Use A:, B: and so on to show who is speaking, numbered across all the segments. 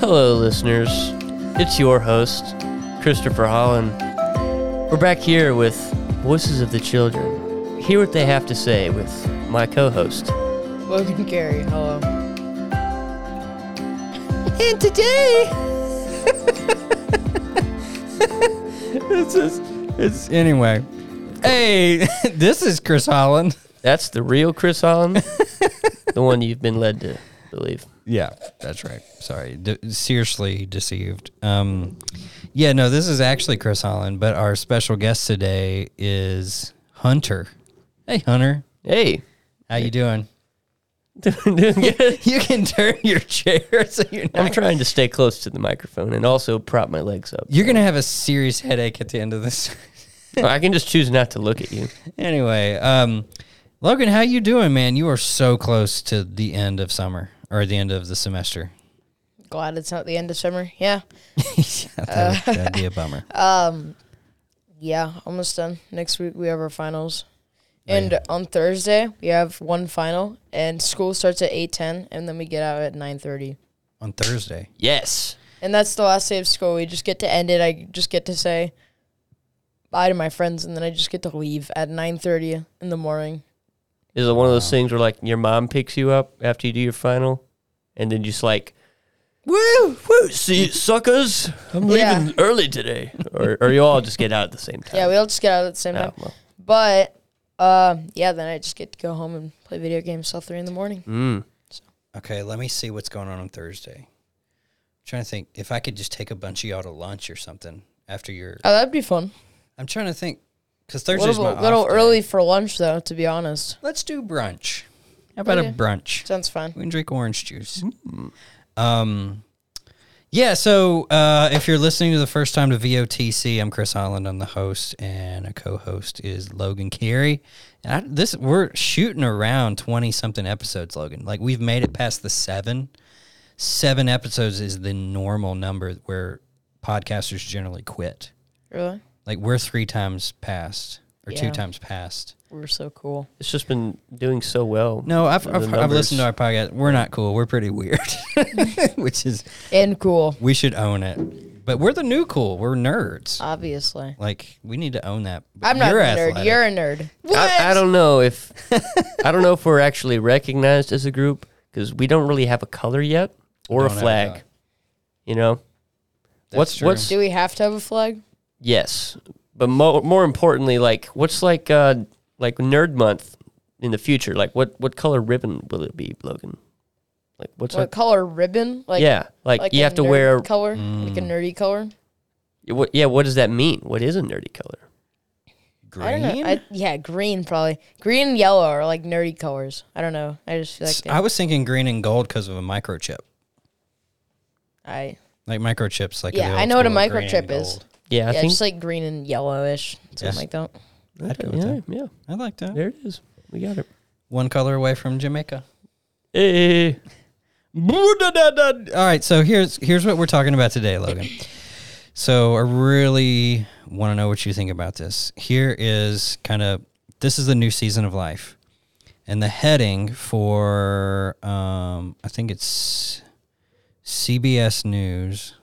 A: Hello, listeners. It's your host, Christopher Holland. We're back here with Voices of the Children. Hear what they have to say with my co host.
B: Logan Gary, hello.
A: And today.
C: It's just, it's anyway. Hey, this is Chris Holland.
A: That's the real Chris Holland, the one you've been led to believe.
C: Yeah, that's right. Sorry, De- seriously deceived. Um, yeah, no, this is actually Chris Holland, but our special guest today is Hunter. Hey, Hunter,
A: Hey,
C: how you doing?
A: doing good.
C: You can turn your chair so you're
A: I'm
C: not.
A: trying to stay close to the microphone and also prop my legs up.
C: You're gonna have a serious headache at the end of this.
A: I can just choose not to look at you.
C: anyway, um, Logan, how you doing, man? You are so close to the end of summer or the end of the semester.
B: Glad it's not the end of summer. Yeah.
C: Yeah, that would, that'd be a bummer.
B: Yeah, almost done. Next week we have our finals. And on Thursday we have one final and school starts at eight ten and then we get out at nine thirty.
C: on Thursday.
A: Yes.
B: And that's the last day of school. We just get to end it. I just get to say bye to my friends and then I just get to leave at nine thirty in the morning.
A: Is it one of those things where like your mom picks you up after you do your final, and then just like, woo, woo, see, you, suckers, I'm
B: Yeah.
A: leaving early today, or or you all just get out at the same time.
B: Yeah, we all just get out at the same
A: Oh,
B: time.
A: well.
B: But uh, yeah, then I just get to go home and play video games till three in the morning.
A: Mm.
C: Okay, let me see what's going on on Thursday. I'm trying to think if I could just take a bunch of y'all to lunch or something after your.
B: Oh, that'd be fun.
C: I'm trying to think because
B: A
C: Thursday's
B: little,
C: my
B: little
C: off day.
B: early for lunch though, to be honest.
C: Let's do brunch. How about a
B: Okay.
C: brunch?
B: Sounds fun.
C: We can drink orange juice. Um, yeah. So uh, if you're listening to the first time to VOTC, I'm Chris Holland. I'm the host, and a co-host is Logan Carey. And I, this we're shooting around twenty something episodes, Logan. Like we've made it past the seven. Seven episodes is the normal number where podcasters generally quit.
B: Really?
C: Like we're three times past or two
B: Yeah.
C: times past.
B: We're so cool.
A: It's just been doing so well.
C: No, I've,
A: The
C: I've, I've listened
A: numbers.
C: to our podcast. We're not cool. We're pretty weird, which is
B: And cool,
C: We should own it. But we're the new cool. We're nerds.
B: obviously.
C: Like we need to own that. But
B: Uh, I'm not
C: you're
B: a nerd.
C: athletic.
B: You're a nerd.
A: I, I don't know if I don't know if we're actually recognized as a group because we don't really have a color yet or
C: Don't
A: a
C: have a
A: flag.
C: color.
A: You know,
C: That's
A: what's
C: true.
A: what's
B: Do we have to have a flag?
A: Yes, but mo- more importantly, like what's like uh like Nerd Month in the future? Like what what color ribbon will it be, Logan? Like what's
B: What
A: our,
B: color ribbon? Like
A: yeah? Like,
B: like
A: you
B: a
A: have to
B: nerd
A: wear
B: color, like a nerdy color.
A: what? Yeah, what does that mean? What is a nerdy color?
C: green?
B: I don't know. I, yeah, green probably. Green and yellow are like nerdy colors. I don't know. I just feel like
C: S-
B: they,
C: I was thinking green and gold because of a microchip.
B: I
C: Like microchips, like
B: Yeah,
C: the
B: I
C: old
B: know what a
C: school green and
B: microchip is.
C: gold.
A: Yeah, I
B: yeah,
A: think
B: just like green and yellowish, something
C: Yes.
B: like that.
C: I'd go with
A: yeah,
C: that.
A: yeah.
C: I like that.
A: There it is. We got it. Eh,
C: One color away from Jamaica.
A: Hey,
C: All right, so here's here's what we're talking about today, Logan. So I really want to know what you think about this. Here is kind of this is the new season of life, and the heading for um, I think it's CBS News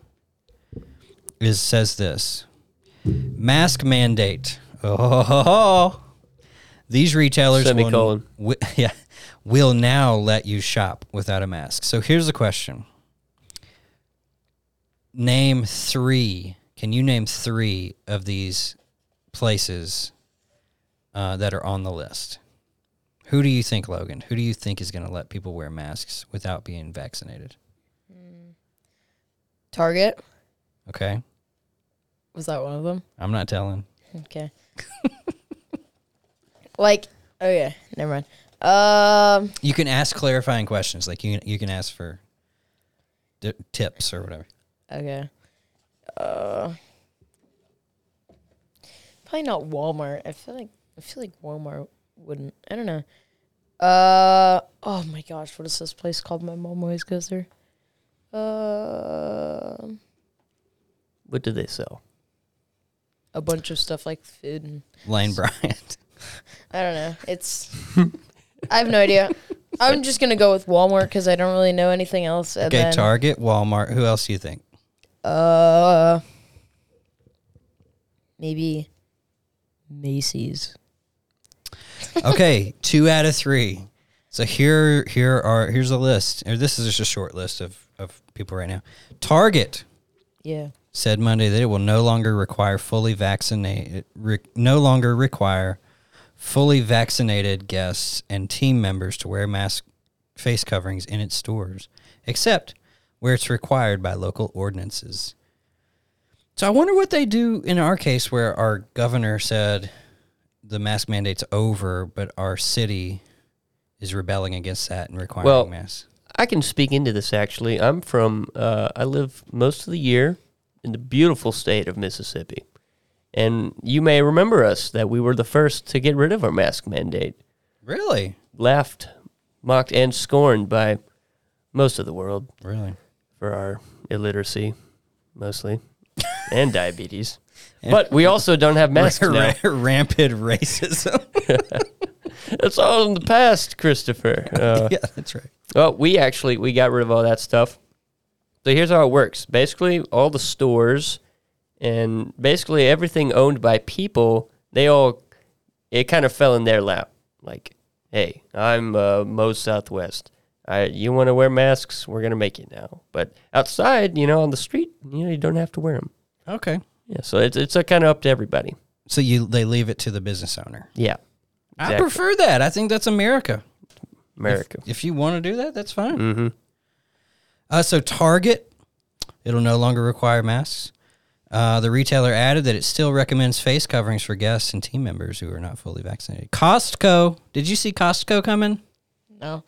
C: is says this mask mandate. Oh, these retailers will-
A: Semicolon.
C: wi- yeah, will now let you shop without a mask. So here's the question. Name three. Can you name three of these places uh, that are on the list? Who do you think, Logan? Who do you think is going to let people wear masks without being vaccinated?
B: Target
C: Okay,
B: was that one of them?
C: I'm not telling.
B: Okay. like, oh yeah, never mind. Um,
C: You can ask clarifying questions, like you you can ask for di tips or whatever.
B: okay. Uh, probably not Walmart. I feel like I feel like Walmart wouldn't. I don't know. Uh, oh my gosh, what is this place called? My mom always goes there. Um,
A: what do they sell?
B: a bunch of stuff like food and
C: Lane Bryant.
B: I don't know. It's I have no idea. I'm just gonna go with Walmart because I don't really know anything else. And
C: Okay,
B: then,
C: Target, Walmart. Who else do you think?
B: Uh, maybe Macy's.
C: Okay, two out of three. So here, here are here's a list. Or this is just a short list of of people right now. Target
B: Yeah.
C: said Monday that it will no longer require fully vaccinated, re, no longer require fully vaccinated guests and team members to wear mask face coverings in its stores, except where it's required by local ordinances. So I wonder what they do in our case where our governor said the mask mandate's over, but our city is rebelling against that and requiring
A: Well,
C: masks.
A: I can speak into this actually. I'm from, uh, I live most of the year in the beautiful state of Mississippi. And you may remember us that we were the first to get rid of our mask mandate,
C: Really?
A: laughed, mocked, and scorned by most of the world
C: Really?
A: for our illiteracy, mostly, and diabetes. But we also don't have masks now.
C: Rampant racism.
A: It's all in the past, Christopher. Uh,
C: yeah, that's right.
A: Well, Oh, we actually we got rid of all that stuff. So here's how it works. Basically, all the stores and basically everything owned by people, they all it kind of fell in their lap. Like, hey, I'm uh, Moe's Southwest. I, you want to wear masks? We're gonna make you now. But outside, you know, on the street, you know, you don't have to wear them.
C: Okay.
A: Yeah. So it's it's uh, kind of up to everybody.
C: So you they leave it to the business owner.
A: Yeah.
C: I
A: Exactly.
C: prefer that. I think that's America.
A: America.
C: If you want to do that, that's fine.
A: Mm-hmm.
C: Uh, so Target, it'll no longer require masks. Uh, the retailer added that it still recommends face coverings for guests and team members who are not fully vaccinated. Costco, did you see Costco coming?
B: No.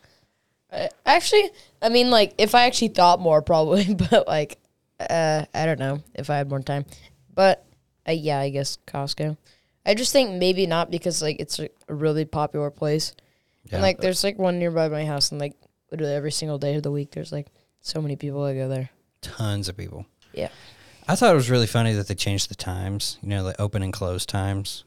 B: I, actually, I mean, like, if I actually thought more, probably, but like, uh, I don't know if I had more time. But uh, yeah, I guess Costco. I just think maybe not because like it's like, a really popular place,
C: Yeah.
B: and like there's like one nearby my house, and like literally every single day of the week, there's like so many people that go there.
C: Tons of people.
B: Yeah.
C: I thought it was really funny that they changed the times, you know, the open and close times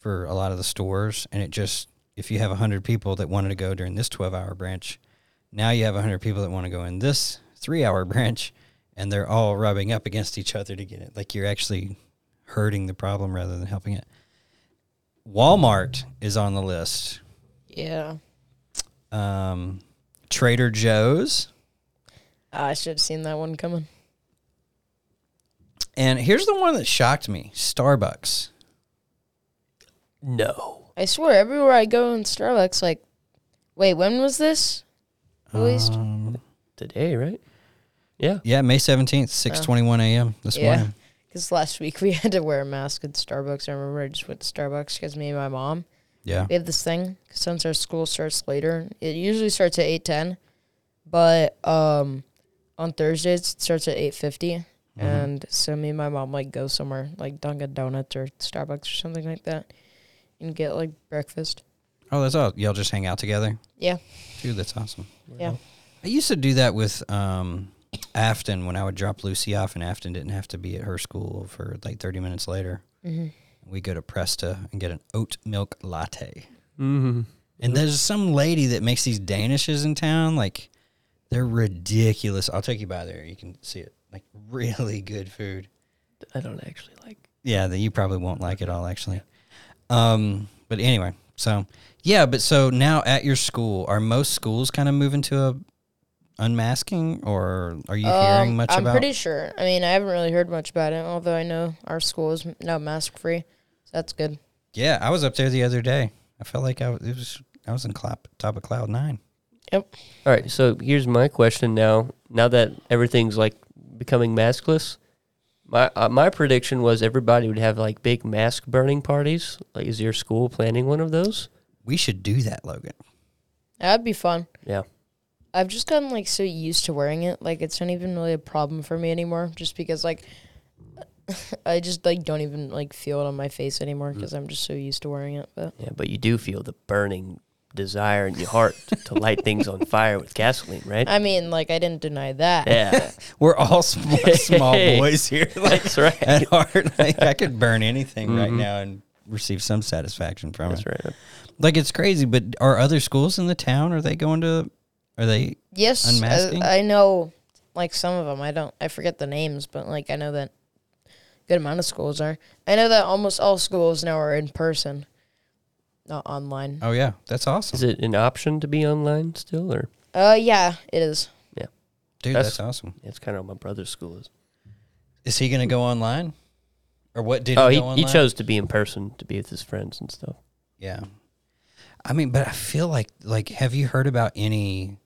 C: for a lot of the stores. And it just, if you have 100 people that wanted to go during this 12 hour branch, now you have 100 people that want to go in this three hour branch and they're all rubbing up against each other to get it. Like you're actually hurting the problem rather than helping it. Walmart is on the list.
B: Yeah,
C: Um, Trader Joe's.
B: I should have seen that one coming.
C: And here's the one that shocked me Starbucks.
A: No.
B: I swear, everywhere I go in Starbucks, like, wait, when was this? Released?
C: Um,
A: Today, right? Yeah.
C: Yeah, May seventeenth, six twenty one a.m. this
B: Oh. Yeah.
C: morning.
B: Because last week we had to wear a mask at Starbucks. I remember I just went to Starbucks because me and my mom,
C: Yeah,
B: we have this thing 'cause since our school starts later. It usually starts at 8.10, but um, on Thursdays it starts at 8.50. And so me and my mom, like, go somewhere, like Dunkin' Donuts or Starbucks or something like that and get, like, breakfast.
C: Oh, that's all. Y'all just hang out together.
B: Yeah.
C: Dude, that's awesome.
B: Yeah.
C: I used to do that with um, Afton when I would drop Lucy off, and Afton didn't have to be at her school for like thirty minutes later.
B: Mm-hmm.
C: We go to Presta and get an oat milk latte.
A: Mm-hmm.
C: And there's some lady that makes these danishes in town. Like they're ridiculous. I'll take you by there. You can see it. Like really good food.
A: I don't actually like.
C: Yeah, that you probably won't like it all actually. Um, but anyway, so yeah, but so now at your school, are most schools kind of moving to a unmasking, or are you hearing
B: Um,
C: much
B: I'm
C: about?
B: pretty sure. I mean, I haven't really heard much about it, although I know our school is m- now mask free. So that's good.
C: yeah, I was up there the other day. I felt like I was, it was I was in clop, top of cloud nine.
A: All right, so here's my question now. Now that everything's like becoming maskless, my uh, my prediction was everybody would have like big mask burning parties. Like, is your school planning one of those?
C: We should do that, Logan.
B: That'd be fun.
A: Yeah.
B: I've just gotten like so used to wearing it. Like it's not even really a problem for me anymore, just because like I just like don't even like feel it on my face anymore
C: Mm.
B: because I'm just so used to wearing it. But
A: Yeah, but you do feel the burning desire in your heart to light things on fire with gasoline, right?
B: I mean, like I didn't deny that.
A: yeah,
C: We're all small, small
A: Hey.
C: boys here, like
A: that's right.
C: at heart. Like I could burn anything right
A: Mhm.
C: now and receive some satisfaction from
A: That's
C: it.
A: right.
C: Like it's crazy, but are other schools in the town? Are they going to? Are they?
B: Yes, uh,
C: Unmasking?
B: I, I know like some of them. I don't. I forget the names, but like I know that good amount of schools are. I know that almost all schools now are in person, not online.
C: Oh yeah, that's awesome,
A: Is it an option to be online still, or
B: Uh, yeah, it is.
C: dude.
A: That's-
C: That's awesome.
A: it's kind of what my brother's school is?
C: Is he going to go online, or what did?
A: oh,
C: he,
A: he,
C: go
A: he
C: online?
A: chose to be in person to be with his friends and stuff.
C: Yeah. I mean, but I feel like like have you heard about any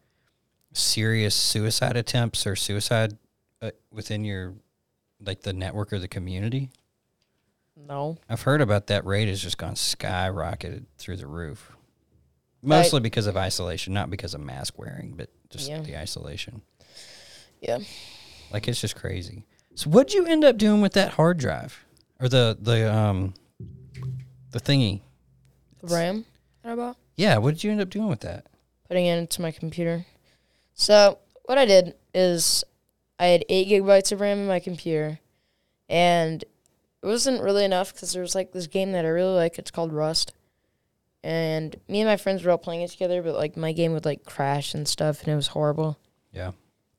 C: serious suicide attempts or suicide uh, within your like the network or the community?
B: No,
C: I've heard about that rate has just gone skyrocketed through the roof. Mostly because of isolation, not because of mask wearing, but just
B: Yeah.
C: the isolation.
B: Yeah.
C: Like it's just crazy. So what'd you end up doing with that hard drive? Or the the um the thingy?
B: RAM. What about
C: Yeah, what did you end up doing with that?
B: putting it into my computer? So what I did is I had eight gigabytes of RAM in my computer, and it wasn't really enough because there was like this game that I really like. It's called Rust, and me and my friends were all playing it together. But like my game would like crash and stuff, and it was horrible.
C: Yeah.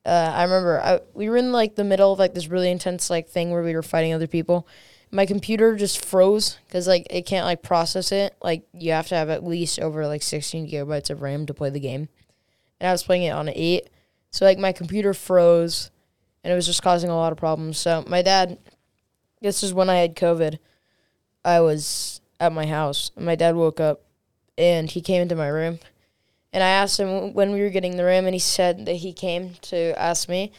B: uh, I remember I, we were in like the middle of like this really intense like thing where we were fighting other people. My computer just froze because like it can't like process it. Like you have to have at least over like 16 gigabytes of RAM to play the game, and I was playing it on an eight, so like my computer froze, and it was just causing a lot of problems. So my dad, this is when I had COVID. I was at my house, and my dad woke up, and he came into my room, and I asked him when we were getting the RAM, and he said that he came to ask me.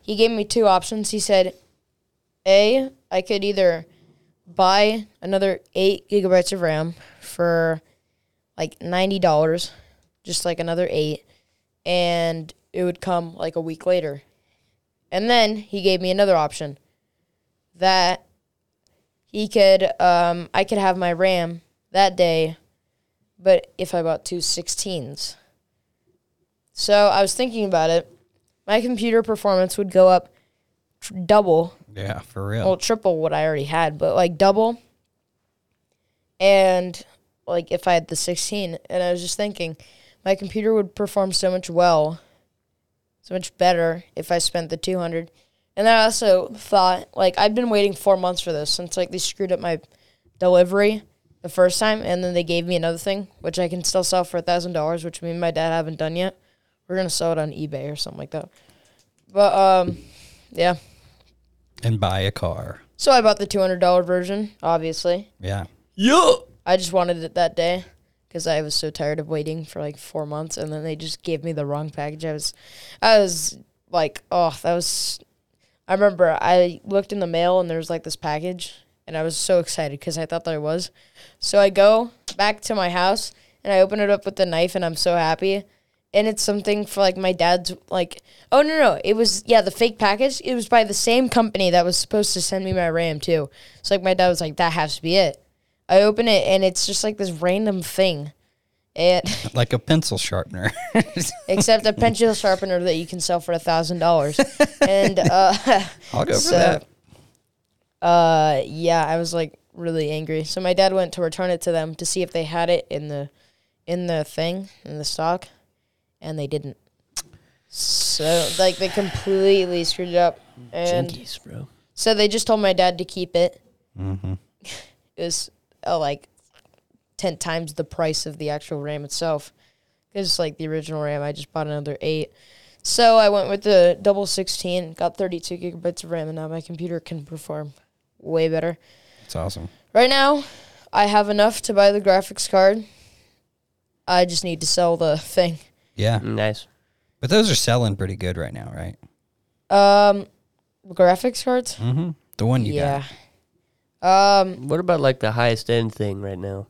B: He gave me two options. He said, A, I could either buy another eight gigabytes of RAM for like $90, just like another eight, and it would come like a week later. And then he gave me another option that he could, um, I could have my RAM that day, but if I bought two 16s. So I was thinking about it. My computer performance would go up tr- double,
C: Yeah, for real.
B: well, triple what I already had, but like double. And like if I had the 16, and I was just thinking, my computer would perform so much well, so much better if I spent the 200. And then I also thought, like, I've been waiting four months for this since like they screwed up my delivery the first time, and then they gave me another thing, which I can still sell for a thousand dollars, which me and my dad haven't done yet. We're gonna sell it on eBay or something like that. But um, yeah.
C: and buy a car.
B: So I bought the two hundred dollar version. Obviously,
C: Yeah.
A: Yeah.
B: I just wanted it that day because I was so tired of waiting for like four months, and then they just gave me the wrong package. I was, I was like, oh, that was. I remember I looked in the mail and there was like this package, and I was so excited because I thought that I was. So I go back to my house and I open it up with the knife, and I'm so happy. And it's something for like my dad's like oh no no it was yeah the fake package it was by the same company that was supposed to send me my RAM too. So like my dad was like that has to be it. I open it and it's just like this random thing. And
C: Like a pencil sharpener.
B: except a pencil sharpener that you can sell for a thousand dollars. And uh
C: I'll go for
B: So-
C: that.
B: uh yeah, I was like really angry. So my dad went to return it to them to see if they had it in the in the thing, in the stock, and they didn't. So like they completely screwed it up. And
A: Jinkies, bro.
B: so they just told my dad to keep it.
C: Mm-hmm.
B: It was uh, like 10 times the price of the actual RAM itself. Because, like, the original RAM, I just bought another 8. So I went with the double 16, got 32 gigabytes of RAM, and now my computer can perform way better.
C: It's awesome.
B: Right now, I have enough to buy the graphics card. I just need to sell the thing.
C: Yeah.
A: Nice.
C: But those are selling pretty good right now, right?
B: Um, graphics cards?
C: Mm-hmm. The one you
B: yeah.
C: got.
B: Um,
A: What about like the highest end thing right now?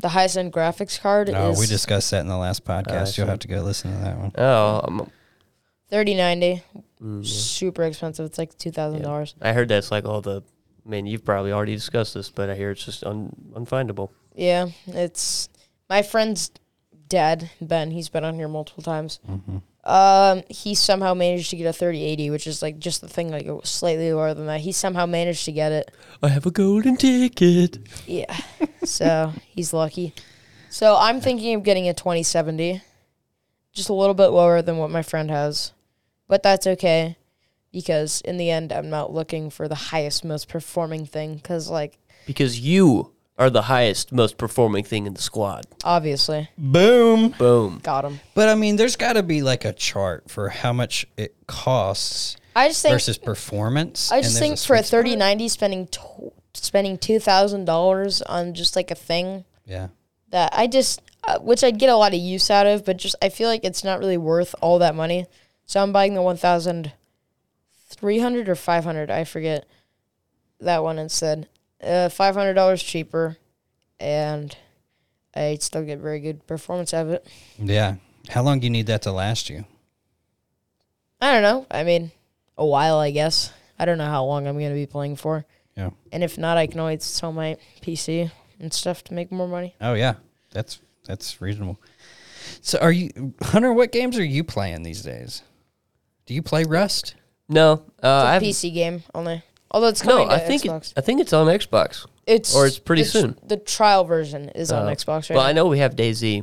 B: the highest end graphics card
C: No,
B: is
C: Oh, we discussed that in the last
A: Oh, I
C: podcast.
A: see.
C: You'll have to go listen to that one.
A: Oh, um,
B: 3090.
A: mm, yeah.
B: super expensive. It's like two thousand dollars.
A: I heard that's like all the. I mean, you've probably already discussed this, but I hear it's just un, unfindable.
B: Yeah,
C: Mm-hmm.
B: it's my friend's dad Ben. He's been on here multiple times. Um, he somehow managed to get a 3080, which is like just the thing like slightly lower than that. He somehow managed to get it.
A: I have a golden ticket.
B: Yeah. so he's lucky. So I'm thinking of getting a 2070, just a little bit lower than what my friend has, but that's okay because in the end I'm not looking for the highest most performing thing because like
A: Because you are the highest, most performing thing in the squad.
B: obviously
C: Boom.
A: Boom.
B: got him.
C: But I mean, there's got to be like a chart for how much it costs
B: I just think
C: versus performance.
B: I
C: and
B: just
C: there's
B: think for a
C: sweet spot.
B: 3090 spending tw spending two thousand dollars on just like a thing
C: Yeah.
B: that I just, uh, which I'd get a lot of use out of, but just I feel like it's not really worth all that money. So I'm buying the 1,300 or 500, I forget that one instead. Uh, $500 cheaper, and I'd still get very good performance out of it.
C: Yeah. How long do you need that to last you?
B: I don't know. I mean, a while, I guess. I don't know how long I'm going to be playing for.
C: Yeah.
B: And if not, I can always sell my PC and stuff to make more money.
C: Oh yeah. That's that's reasonable. So are you Hunter, what games are you playing these days? Do you play Rust?
A: No, uh,
B: It's a
A: I've
B: PC game only. Although it's
A: no.
B: coming
A: I
B: to
A: think
B: Xbox.
A: it, I think it's on Xbox.
B: It's
A: Or it's pretty
B: the tr-
A: soon.
B: The trial version is on
A: Oh.
B: Xbox right
A: Well, I
B: now.
A: know we have DayZ.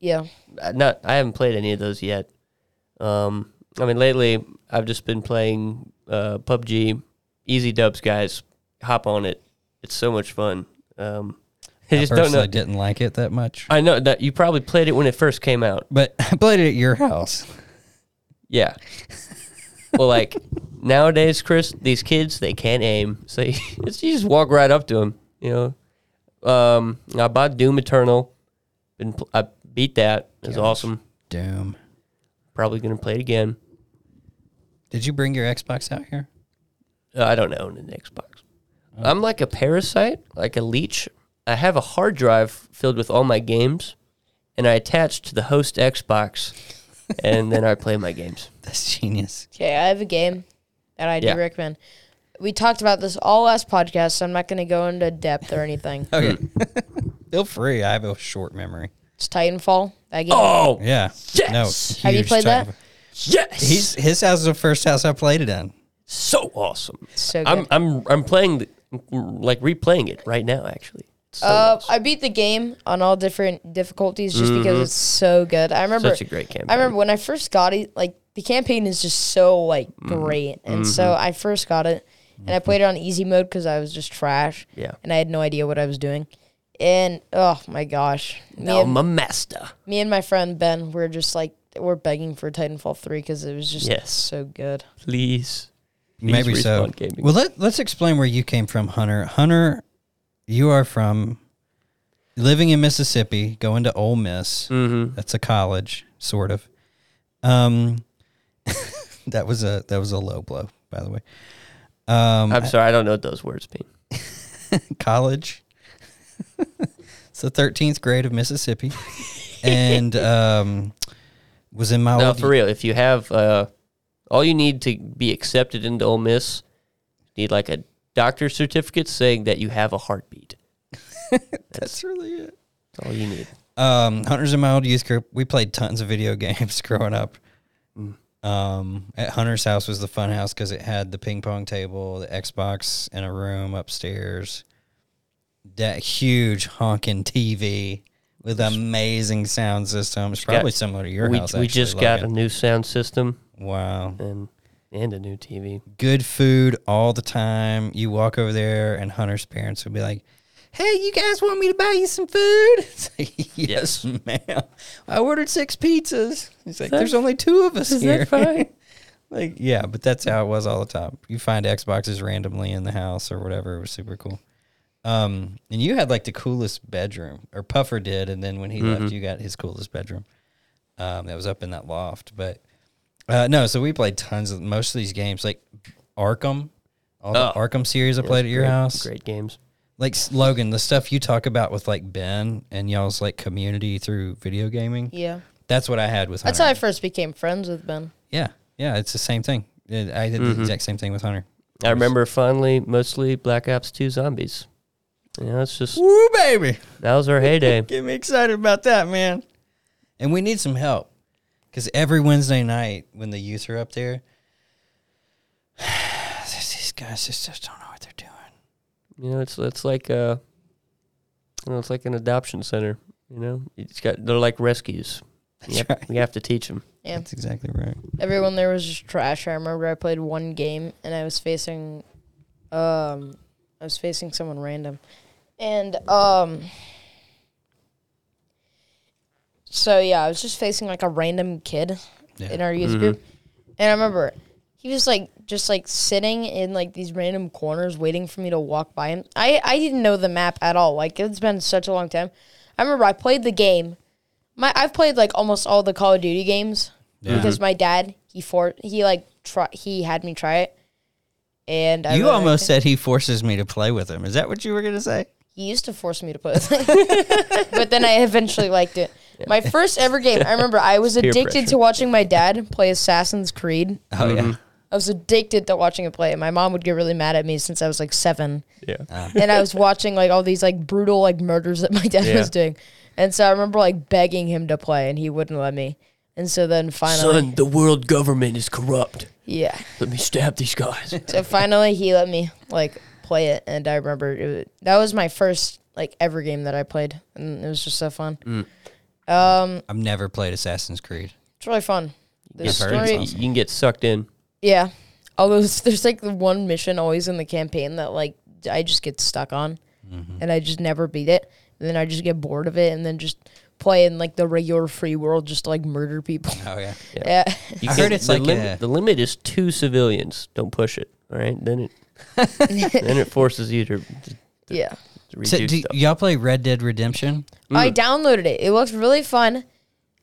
B: Yeah,
A: Uh, Not I haven't played any of those yet. Um, I mean, lately I've just been playing uh, PUBG. Easy dubs, guys. Hop on it. It's so much fun. Um, I just don't
C: personally
A: know.
C: didn't like it that much.
A: I know that you probably played it when it first came out.
C: But I played it at your house.
A: Yeah. well, like nowadays, Chris, these kids they can't aim, so you just, you just walk right up to them. You know, um, I bought Doom Eternal, been pl- I beat that. It was
C: Gosh.
A: awesome.
C: Doom.
A: Probably gonna play it again.
C: Did you bring your Xbox out here?
A: Uh, I don't own an Xbox. I'm like a parasite, like a leech. I have a hard drive filled with all my games, and I attach to the host Xbox, and then I play my games.
C: That's genius.
B: okay. I have a game that I do
A: Yeah.
B: recommend. We talked about this all last podcast, so I'm not going to go into depth or anything.
C: Okay. Feel free. I have a short memory.
B: It's Titanfall. That game.
A: Oh
C: Yeah.
A: Yes!
C: No.
B: Have you
C: huge
B: played that?
C: time-
A: yes,
C: He's his house is the first house I played it in.
A: so awesome.
B: so good.
A: I'm I'm I'm playing the, like replaying it right now actually. It's so
B: uh,
A: awesome.
B: I beat the game on all different difficulties just because it's so good. I remember
A: Mm-hmm. such a great campaign.
B: I remember when I first got it, like the campaign is just so like great, and so I first got it, and I played it on easy mode because I was just trash,
A: Yeah.
B: and I had no idea what I was doing, and oh my gosh, me,
A: Now
B: and,
A: I'm a master.
B: me and my friend Ben were just like we're begging for Titanfall three because it was just
A: Yes.
B: so good.
A: Please. Please
C: Maybe so.
A: Respawn Gaming.
C: Well, let, let's explain where you came from, Hunter. Hunter, you are from living in Mississippi, going to Ole Miss.
A: Mm-hmm.
C: That's a college, sort of. Um, that was a that was a low blow, by the way. Um,
A: I'm sorry, I don't know what those words mean.
C: college. it's the thirteenth grade of Mississippi, and um, was in my
A: No,
C: old
A: for real. If you have uh, all you need to be accepted into Ole Miss, you need like a doctor's certificate saying that you have a heartbeat.
C: That's really it.
A: That's all you need.
C: um, Hunters in my old youth group, we played tons of video games growing up.
A: Mm.
C: Um, at Hunter's house was the fun house because it had the ping pong table, the Xbox in a room upstairs, that huge honking TV with amazing sound system. It's probably similar to your
A: we
C: house.
A: we
C: actually,
A: just got a
C: Logan.
A: new sound system
C: wow,
A: and and a new TV.
C: good food all the time. You walk over there, and Hunter's parents would be like, "Hey, you guys want me to buy you some food?" It's like, yes, ma'am. I ordered six pizzas. He's like,
A: that-
C: "There's only two of us here."
A: fine?
C: like, yeah, but that's how it was all the time. You find Xboxes randomly in the house or whatever. It was super cool. Um, and you had like the coolest bedroom, or Puffer did, and then when he left,
A: Mm-hmm.
C: you got his coolest bedroom. Um, that was up in that loft, but uh, no. So we played tons of most of these games, like Arkham, all
A: Oh.
C: the Arkham series I played at your
A: great,
C: house.
A: Great games.
C: Like s- Logan, the stuff you talk about with like Ben and y'all's like community through video gaming.
B: Yeah,
C: That's what I had with Hunter.
B: that's how I first became friends with Ben.
C: yeah, yeah, it's the same thing. I I did the exact same thing with Hunter.
A: I remember finally mostly Black Ops 2 zombies. You know, it's just
C: Woo, baby.
A: that was our heyday.
C: Get me excited about that, man. And we need some help Because every Wednesday night when the youth are up there, there's these guys just, just don't know what they're doing.
A: You know, it's it's like uh, you know, it's like an adoption center. You know, it's got they're like rescues.
C: That's
A: You have,
C: right.
A: you have to teach them.
B: Yeah.
C: That's exactly right.
B: Everyone there was just trash. I remember I played one game and I was facing, um, I was facing someone random, and um, so yeah, I was just facing like a random kid
C: Yeah.
B: in our youth group, and I remember he was like just like sitting in like these random corners waiting for me to walk by him. I I didn't know the map at all. Like it's been such a long time. I remember I played the game. My I've played like almost all the Call of Duty games
C: Yeah.
B: because
A: Mm-hmm.
B: my dad he for he like try he had me try it, and I
C: you
B: really
C: almost
B: liked
C: said he forces me to play with him. Is that what you were going to say?
B: it. he used to force me to play, it. but then I eventually liked it. My first ever game, I remember I was
A: Peer
B: addicted
A: pressure.
B: to watching my dad play Assassin's Creed.
C: Oh, yeah.
B: I was addicted to watching it play. My mom would get really mad at me since I was like seven,
A: Yeah.
B: and I was watching like all these like brutal like murders that my dad
A: Yeah.
B: was doing, and so I remember like begging him to play, and he wouldn't let me. And so then finally,
A: the world government is corrupt.
B: yeah.
A: Let me stab these guys.
B: So finally, he let me like play it, and I remember it was, that was my first like ever game that I played, and it was just so fun. Um,
C: I've never played Assassin's Creed.
B: it's really fun. The
C: I've heard it's
B: story,
A: you
C: awesome.
A: can get sucked in.
B: yeah. Although there's, there's like the one mission always in the campaign that like I just get stuck on, and I just never beat it, and then I just get bored of it, and then just play in like the regular free world just to, like murder people.
C: Oh, yeah.
B: Yeah,
A: You
C: I
A: can-
C: heard it's
A: the
C: like
A: lim-
C: a-
A: the limit is two civilians. Don't push it. All right, then it then it forces you to, to
B: yeah.
A: redo
C: So, do
A: stuff.
C: y'all play Red Dead Redemption?
B: I downloaded it. It looked really fun,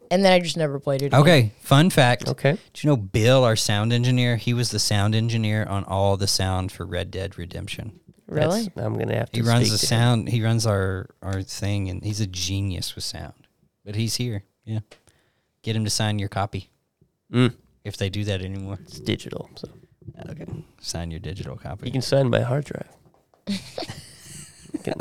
B: and then I just never played it. again.
C: Okay, fun fact.
A: Okay.
C: Do you know Bill, our sound engineer? He was the sound engineer on all the sound for Red Dead Redemption.
B: Really?
A: That's- I'm gonna have to.
C: He runs
A: speak
C: the
A: to him.
C: sound. He runs our our thing, and he's a genius with sound. But he's here. Yeah, get him to sign your copy
A: Mm,
C: if they do that anymore.
A: it's digital, so
C: Okay, sign your digital copy.
A: you can sign my hard drive. You can,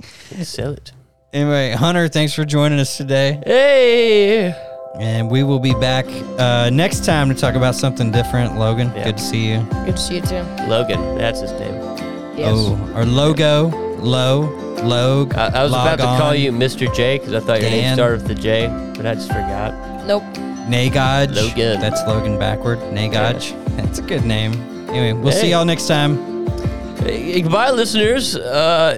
A: you can sell it.
C: anyway, Hunter, thanks for joining us today,
A: Hey.
C: and we will be back uh, next time to talk about something different. Logan,
A: Yeah.
C: good to see you.
B: Good to see you too.
A: Logan, that's his name.
B: Yes.
C: Oh, our logo, low, log.
A: I, I was
C: log
A: about to call
C: on,
A: you Mr. J because I thought your name
C: Dan.
A: started with the J, but I just forgot.
B: Nope.
C: Nagaj.
A: Logan.
C: That's Logan backward. Nagaj. That's a good name. Anyway, we'll see
A: Hey.
C: y'all next time.
A: Hey, goodbye, listeners. Uh, this